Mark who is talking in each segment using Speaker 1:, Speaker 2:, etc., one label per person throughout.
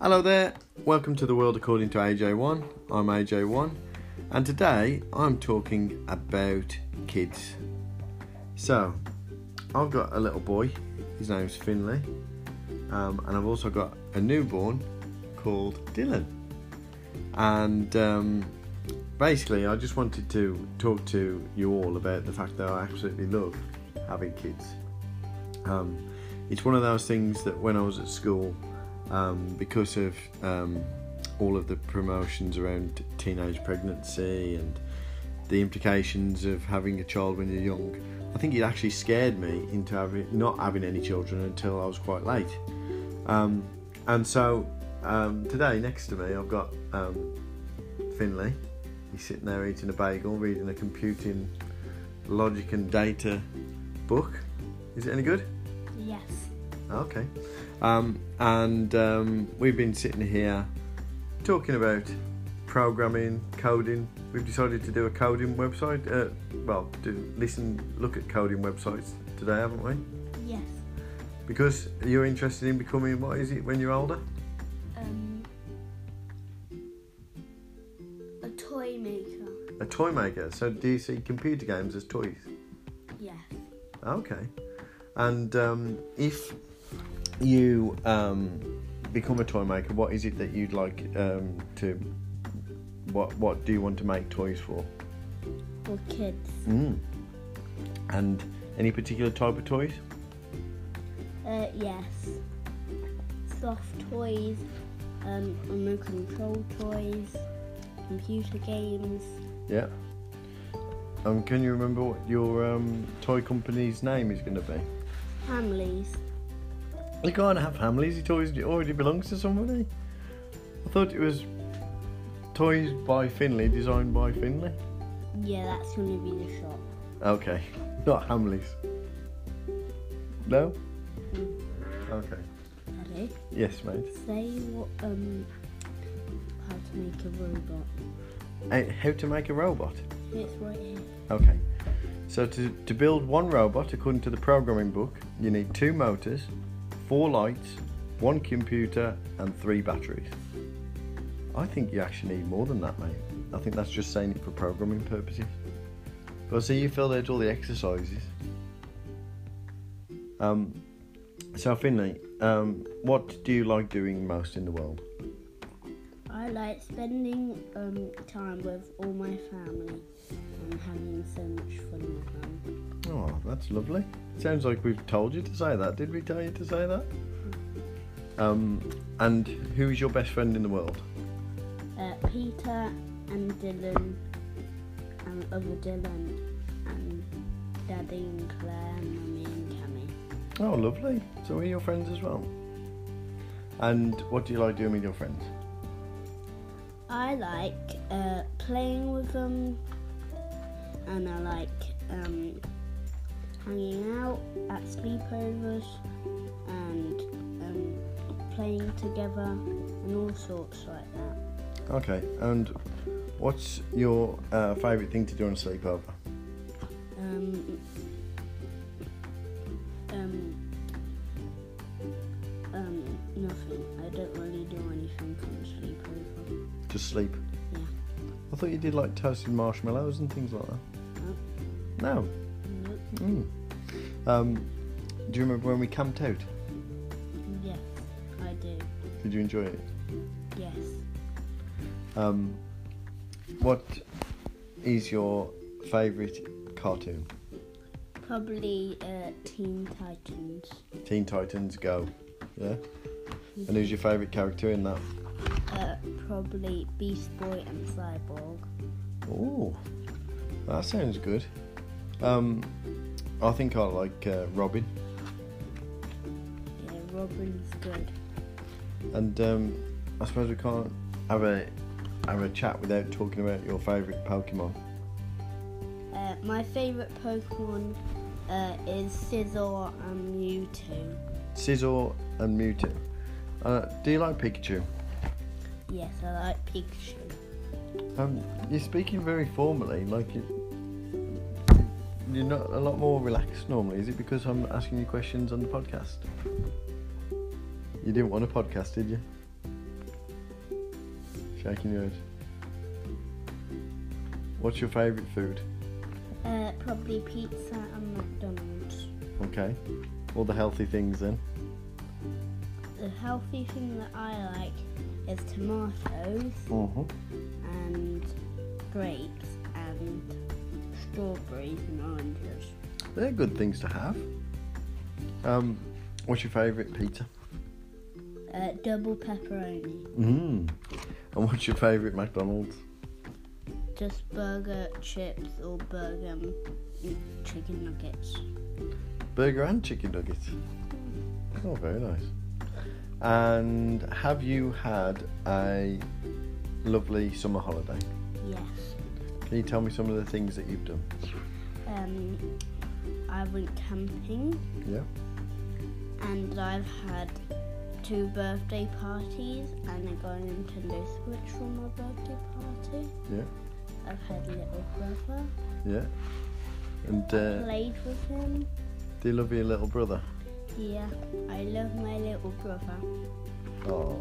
Speaker 1: Hello there, welcome to the world according to AJ1. I'm AJ1, and today I'm talking about kids. So, I've got a little boy, his name's Finley, um, and I've also got a newborn called Dylan. And um, basically, I just wanted to talk to you all about the fact that I absolutely love having kids. Um, it's one of those things that when I was at school, um, because of um, all of the promotions around teenage pregnancy and the implications of having a child when you're young, I think it actually scared me into having, not having any children until I was quite late. Um, and so um, today, next to me, I've got um, Finley. He's sitting there eating a bagel, reading a computing logic and data book. Is it any good?
Speaker 2: Yes.
Speaker 1: Okay. Um, and um, we've been sitting here talking about programming, coding. We've decided to do a coding website. Uh, well, do listen, look at coding websites today, haven't we?
Speaker 2: Yes.
Speaker 1: Because you're interested in becoming what is it when you're older?
Speaker 2: Um, a toy maker.
Speaker 1: A toy maker. So do you see computer games as toys?
Speaker 2: Yes.
Speaker 1: Okay. And um, if you um, become a toy maker, what is it that you'd like um, to? What What do you want to make toys for?
Speaker 2: For kids.
Speaker 1: Mm. And any particular type of toys?
Speaker 2: Uh, yes. Soft toys, um, remote control toys, computer games.
Speaker 1: Yeah. Um, can you remember what your um, toy company's name is going to be?
Speaker 2: Families.
Speaker 1: You can't have Hamleys. It always it already belongs to somebody. I thought it was toys by Finley, designed by Finley.
Speaker 2: Yeah, that's gonna be the shop.
Speaker 1: Okay, not Hamleys. No. Okay.
Speaker 2: Ready?
Speaker 1: Yes, mate.
Speaker 2: Say what um how to make a robot.
Speaker 1: Uh, How to make a robot?
Speaker 2: It's right here.
Speaker 1: Okay. So to, to build one robot, according to the programming book, you need two motors, four lights, one computer, and three batteries. I think you actually need more than that, mate. I think that's just saying it for programming purposes. But see, you filled out all the exercises. Um, so Finley, um, what do you like doing most in the world?
Speaker 2: I like spending um, time with all my family and having so much fun with them.
Speaker 1: Oh, that's lovely. Sounds like we've told you to say that. Did we tell you to say that? Um, and who is your best friend in the world?
Speaker 2: Uh, Peter and Dylan and other Dylan and Daddy and Claire and Mummy and Cammy.
Speaker 1: Oh, lovely. So we are your friends as well? And what do you like doing with your friends?
Speaker 2: I like uh, playing with them and I like um, hanging out at sleepovers and um, playing together and all sorts like that.
Speaker 1: Okay. And what's your uh, favourite thing to do on a sleepover?
Speaker 2: um, um, um, nothing. I don't really do anything from sleepover.
Speaker 1: Just sleep.
Speaker 2: Yeah.
Speaker 1: I thought you did like toasted marshmallows and things like that. No.
Speaker 2: Oh, Nope.
Speaker 1: Mm. Um, do you remember when we camped out?
Speaker 2: Yes, I do.
Speaker 1: Did you enjoy it?
Speaker 2: Yes.
Speaker 1: Um, what is your favourite cartoon?
Speaker 2: Probably uh, Teen Titans.
Speaker 1: Teen Titans Go. Yeah. And who's your favourite character in that?
Speaker 2: Uh, probably Beast Boy and Cyborg.
Speaker 1: Oh, that sounds good. Um, I think I like uh, Robin.
Speaker 2: Yeah, Robin's good.
Speaker 1: And um, I suppose we can't have a have a chat without talking about your favourite Pokemon.
Speaker 2: Uh, my favourite Pokemon uh, is Scizor and Mewtwo.
Speaker 1: Scizor and Mewtwo. Uh, do you like Pikachu?
Speaker 2: Yes, I like Pikachu.
Speaker 1: Um, you're speaking very formally, like you, you're not a lot more relaxed normally. Is it because I'm asking you questions on the podcast? You didn't want a podcast, did you? Shaking yours. What's your favourite food?
Speaker 2: Uh, probably pizza and McDonald's.
Speaker 1: Okay. All the healthy things then.
Speaker 2: The healthy thing that I like is tomatoes
Speaker 1: Mm-hmm.
Speaker 2: and grapes and strawberries and oranges.
Speaker 1: They're good things to have. Um, what's your favourite pizza?
Speaker 2: Uh, double pepperoni,
Speaker 1: Mmm. And what's your favourite McDonald's?
Speaker 2: just burger, chips, or burger and chicken nuggets.
Speaker 1: Burger and chicken nuggets. Oh, very nice. And have you had a lovely summer holiday?
Speaker 2: Yes.
Speaker 1: Can you tell me some of the things that you've done?
Speaker 2: Um, I went camping
Speaker 1: Yeah.
Speaker 2: and I've had two birthday parties and I got a Nintendo Switch for my birthday party.
Speaker 1: Yeah.
Speaker 2: I've had a little brother,
Speaker 1: Yeah. And uh,
Speaker 2: played with him.
Speaker 1: do you love your little brother?
Speaker 2: Yeah, I love my little brother.
Speaker 1: Oh.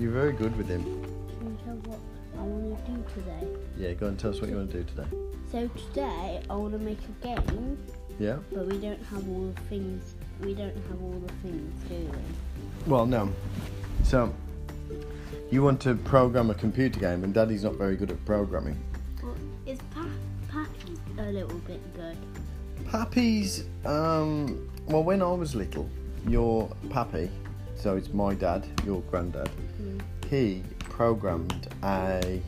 Speaker 1: You're very good with him.
Speaker 2: Can you tell what I want to do today?
Speaker 1: Yeah, go and tell us what you want to do today.
Speaker 2: So today I want to make a game,
Speaker 1: Yeah?
Speaker 2: but we don't have all the things. We don't have all the things, do we?
Speaker 1: Well, no. So, you want to program a computer game, and Daddy's not very good at programming.
Speaker 2: Well, is pa- Pappy a little bit good?
Speaker 1: Pappy's, um, well, when I was little, your pappy, so it's my dad, your granddad, he programmed a,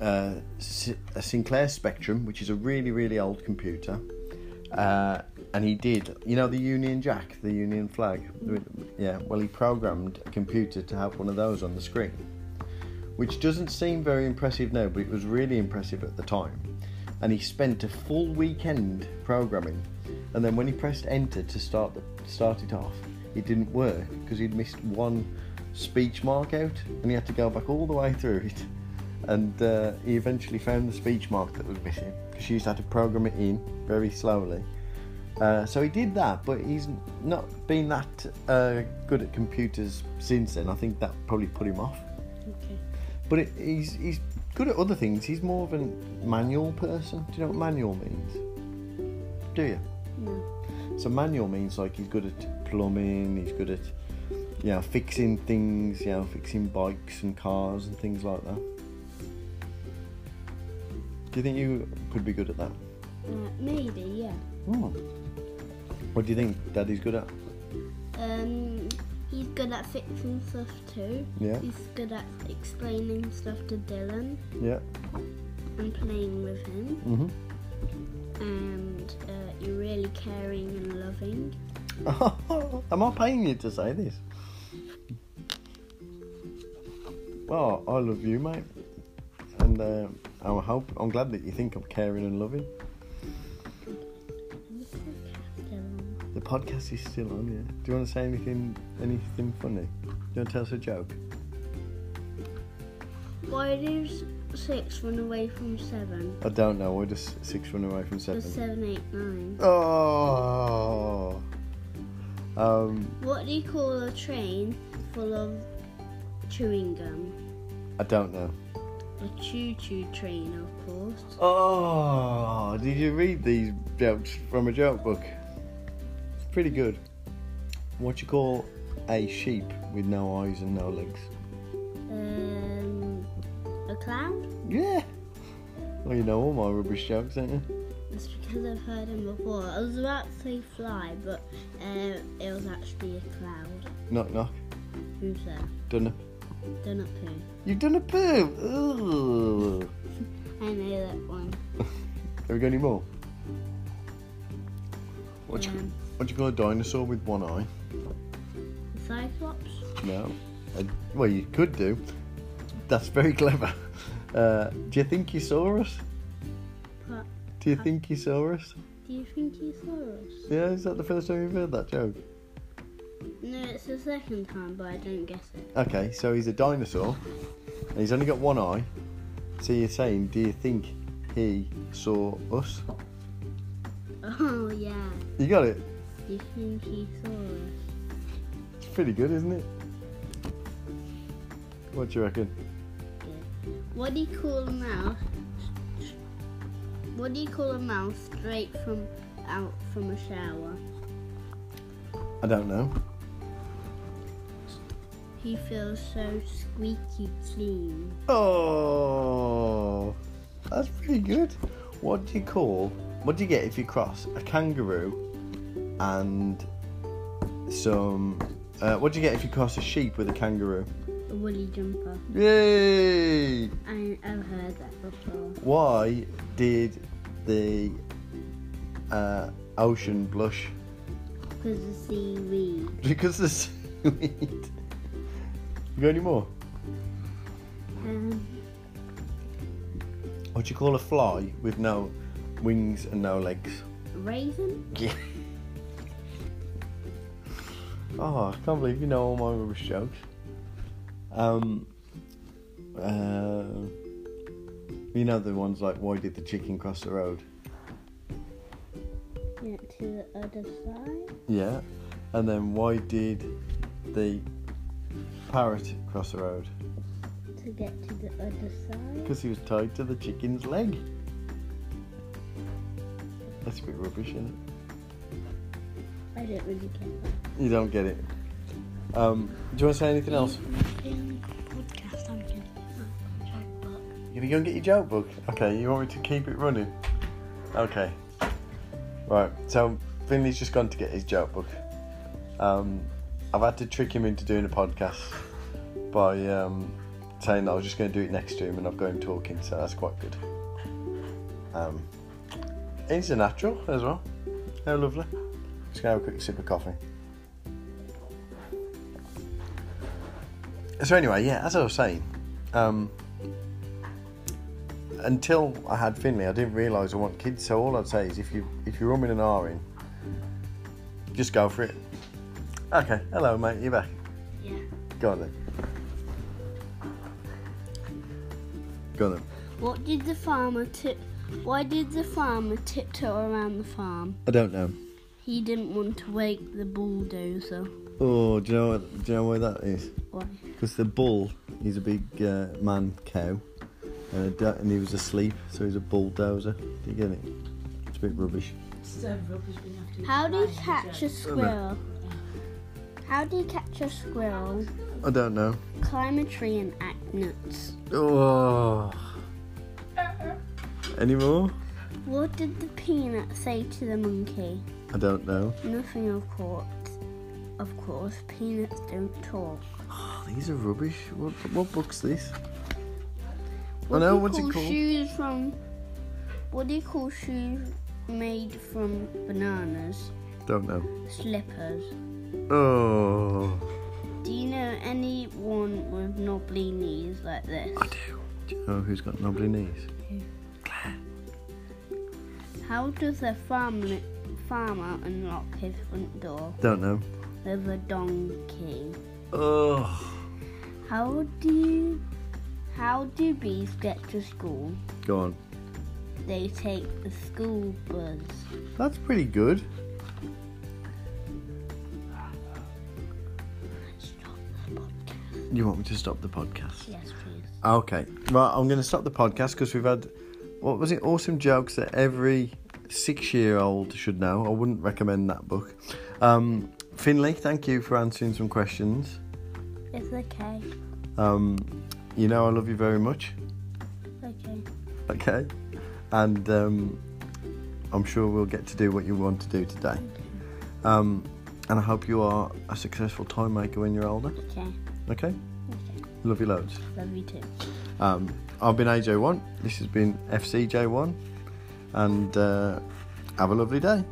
Speaker 1: uh, S- a Sinclair Spectrum, which is a really, really old computer. Uh, and he did, you know, the Union Jack, the Union flag. Yeah, well, he programmed a computer to have one of those on the screen, which doesn't seem very impressive now, but it was really impressive at the time and he spent a full weekend programming. And then when he pressed enter to start the, start it off, it didn't work because he'd missed one speech mark out, and he had to go back all the way through it. And uh, he eventually found the speech mark that was missing because she used to have to program it in very slowly. Uh, so he did that, but he's not been that uh, good at computers since then. I think that probably put him off.
Speaker 2: Okay.
Speaker 1: But it, he's he's good at other things. He's more of a manual person. Do you know what manual means? Do you?
Speaker 2: No.
Speaker 1: So manual means like he's good at plumbing. He's good at you know fixing things. You know fixing bikes and cars and things like that. Do you think you could be good at that?
Speaker 2: Uh, maybe, yeah.
Speaker 1: Hmm. What do you think Daddy's good at?
Speaker 2: Um, he's good at fixing stuff too.
Speaker 1: Yeah.
Speaker 2: He's good at explaining stuff to Dylan
Speaker 1: Yeah.
Speaker 2: and playing with him.
Speaker 1: Mhm.
Speaker 2: And uh, you're really caring and loving.
Speaker 1: Am I paying you to say this? Well, I love you, mate, and uh, I hope I'm glad that you think I'm caring and loving.
Speaker 2: And
Speaker 1: The
Speaker 2: the podcast Dylan.
Speaker 1: podcast is still on, yeah. Do you want to say anything, anything funny? Do you want to tell us a joke?
Speaker 2: Why do s- six run away from seven?
Speaker 1: I don't know. We're just six run away from
Speaker 2: Or
Speaker 1: seven.
Speaker 2: seven, eight, nine.
Speaker 1: Oh. Um,
Speaker 2: What do you call a train full of chewing gum?
Speaker 1: I don't know.
Speaker 2: A choo-choo train, of course.
Speaker 1: Oh, did you read these jokes from a joke book? It's pretty good. What you call a sheep with no eyes and no legs?
Speaker 2: Um, a clown?
Speaker 1: Yeah. Well, you know all my rubbish jokes, don't you?
Speaker 2: It's because I've heard him before. I was about to say fly, but uh, it was actually a cloud.
Speaker 1: Knock knock.
Speaker 2: Who's there?
Speaker 1: Done.
Speaker 2: Don't know who.
Speaker 1: You've done a poo. Ooh.
Speaker 2: I know that one.
Speaker 1: Have we got any more? What you,
Speaker 2: Um,
Speaker 1: what you call a dinosaur with one eye?
Speaker 2: the Cyclops?
Speaker 1: No. Uh, well, you could do. That's very clever. Uh, do you think you saw us?
Speaker 2: Pro-
Speaker 1: Do you think you saw us?
Speaker 2: do you think he saw us?
Speaker 1: Yeah, is that the first time you've heard that joke?
Speaker 2: No, it's the second time, but I don't guess it.
Speaker 1: Okay, so he's a dinosaur, and he's only got one eye. So you're saying, do you think he saw us?
Speaker 2: Oh, yeah.
Speaker 1: You got it.
Speaker 2: Do you think he saw us?
Speaker 1: It's pretty good, isn't it? What do you reckon?
Speaker 2: What do you call a mouse? What do you call a mouse straight from out from a shower?
Speaker 1: I don't know.
Speaker 2: He feels so squeaky clean.
Speaker 1: Oh, that's pretty good. What do you call? What do you get if you cross a kangaroo and some? Uh, what do you get if you cross a sheep with a kangaroo?
Speaker 2: A woolly jumper.
Speaker 1: Yay!
Speaker 2: I, I've heard that before.
Speaker 1: Why did the uh, ocean blush?
Speaker 2: Because of seaweed.
Speaker 1: Because the seaweed. You got any more?
Speaker 2: Um,
Speaker 1: What do you call a fly with no wings and no legs?
Speaker 2: raisin?
Speaker 1: Oh, I can't believe you know all my rubbish jokes. Um, uh, you know the ones like why did the chicken cross the road?
Speaker 2: Went to the other side.
Speaker 1: Yeah, and then why did the parrot cross the road?
Speaker 2: To get to the other side.
Speaker 1: Because he was tied to the chicken's leg. That's a bit rubbish, isn't it?
Speaker 2: I don't really get that.
Speaker 1: You don't get it. Um, do you want to say anything else?
Speaker 2: podcast, I'm getting
Speaker 1: You gonna go and get your joke book? Okay, you want me to keep it running? Okay. Right, so Finley's just gone to get his joke book. Um, I've had to trick him into doing a podcast by um, saying that I was just going to do it next to him and I've got him talking, so that's quite good. Um, he's a natural as well. How lovely. Just going to have a quick sip of coffee. So, anyway, yeah, as I was saying, um, until I had Finley, I didn't realise I want kids. So all I'd say is, if you if you're umming and ahhing, just go for it. Okay, hello mate, you back?
Speaker 2: Yeah.
Speaker 1: Go on then. Go on then.
Speaker 2: What did the farmer tip? Why did the farmer tiptoe around the farm?
Speaker 1: I don't know.
Speaker 2: He didn't want to wake the bulldozer.
Speaker 1: Oh, do you know what, do you know why that is?
Speaker 2: Why?
Speaker 1: Because the bull, he's a big uh, man cow, and, a da- and he was asleep, so he's a bulldozer. Do you get it? It's a bit rubbish.
Speaker 3: So rubbish we have to
Speaker 2: How do you
Speaker 3: buy
Speaker 2: catch a
Speaker 3: these,
Speaker 2: squirrel? How do you catch a squirrel?
Speaker 1: I don't know.
Speaker 2: Climb a tree and act nuts.
Speaker 1: Oh. Any more?
Speaker 2: What did the peanut say to the monkey?
Speaker 1: I don't know.
Speaker 2: Nothing, of course. Of course, peanuts don't talk.
Speaker 1: Oh, These are rubbish. What, what book's this?
Speaker 2: What
Speaker 1: know,
Speaker 2: do you
Speaker 1: what's it
Speaker 2: call
Speaker 1: called?
Speaker 2: Shoes from. What do you call shoes made from bananas?
Speaker 1: Don't know.
Speaker 2: Slippers.
Speaker 1: Oh,
Speaker 2: Do you know anyone with knobbly knees like this?
Speaker 1: I do. Do you know who's got knobbly knees?
Speaker 2: How does a farm, farmer unlock his front door
Speaker 1: Don't know.
Speaker 2: with a donkey?
Speaker 1: Oh,
Speaker 2: How do you, how do bees get to school?
Speaker 1: go on.
Speaker 2: They take the school bus.
Speaker 1: That's pretty good.
Speaker 2: Stop the podcast.
Speaker 1: You want me to stop the podcast?
Speaker 2: Yes, please.
Speaker 1: Okay. Right, I'm going to stop the podcast because we've had, what was it, awesome jokes that every six year old should know. I wouldn't recommend that book. Um, Finley, thank you for answering some questions.
Speaker 2: It's okay.
Speaker 1: Um, you know I love you very much.
Speaker 2: It's okay.
Speaker 1: okay? And um, I'm sure we'll get to do what you want to do today. Um, and I hope you are a successful time maker when you're older,
Speaker 2: Okay.
Speaker 1: okay?
Speaker 2: Okay.
Speaker 1: Love you loads.
Speaker 2: Love you too.
Speaker 1: Um, I've been AJ1, this has been FCJ1, and uh, have a lovely day.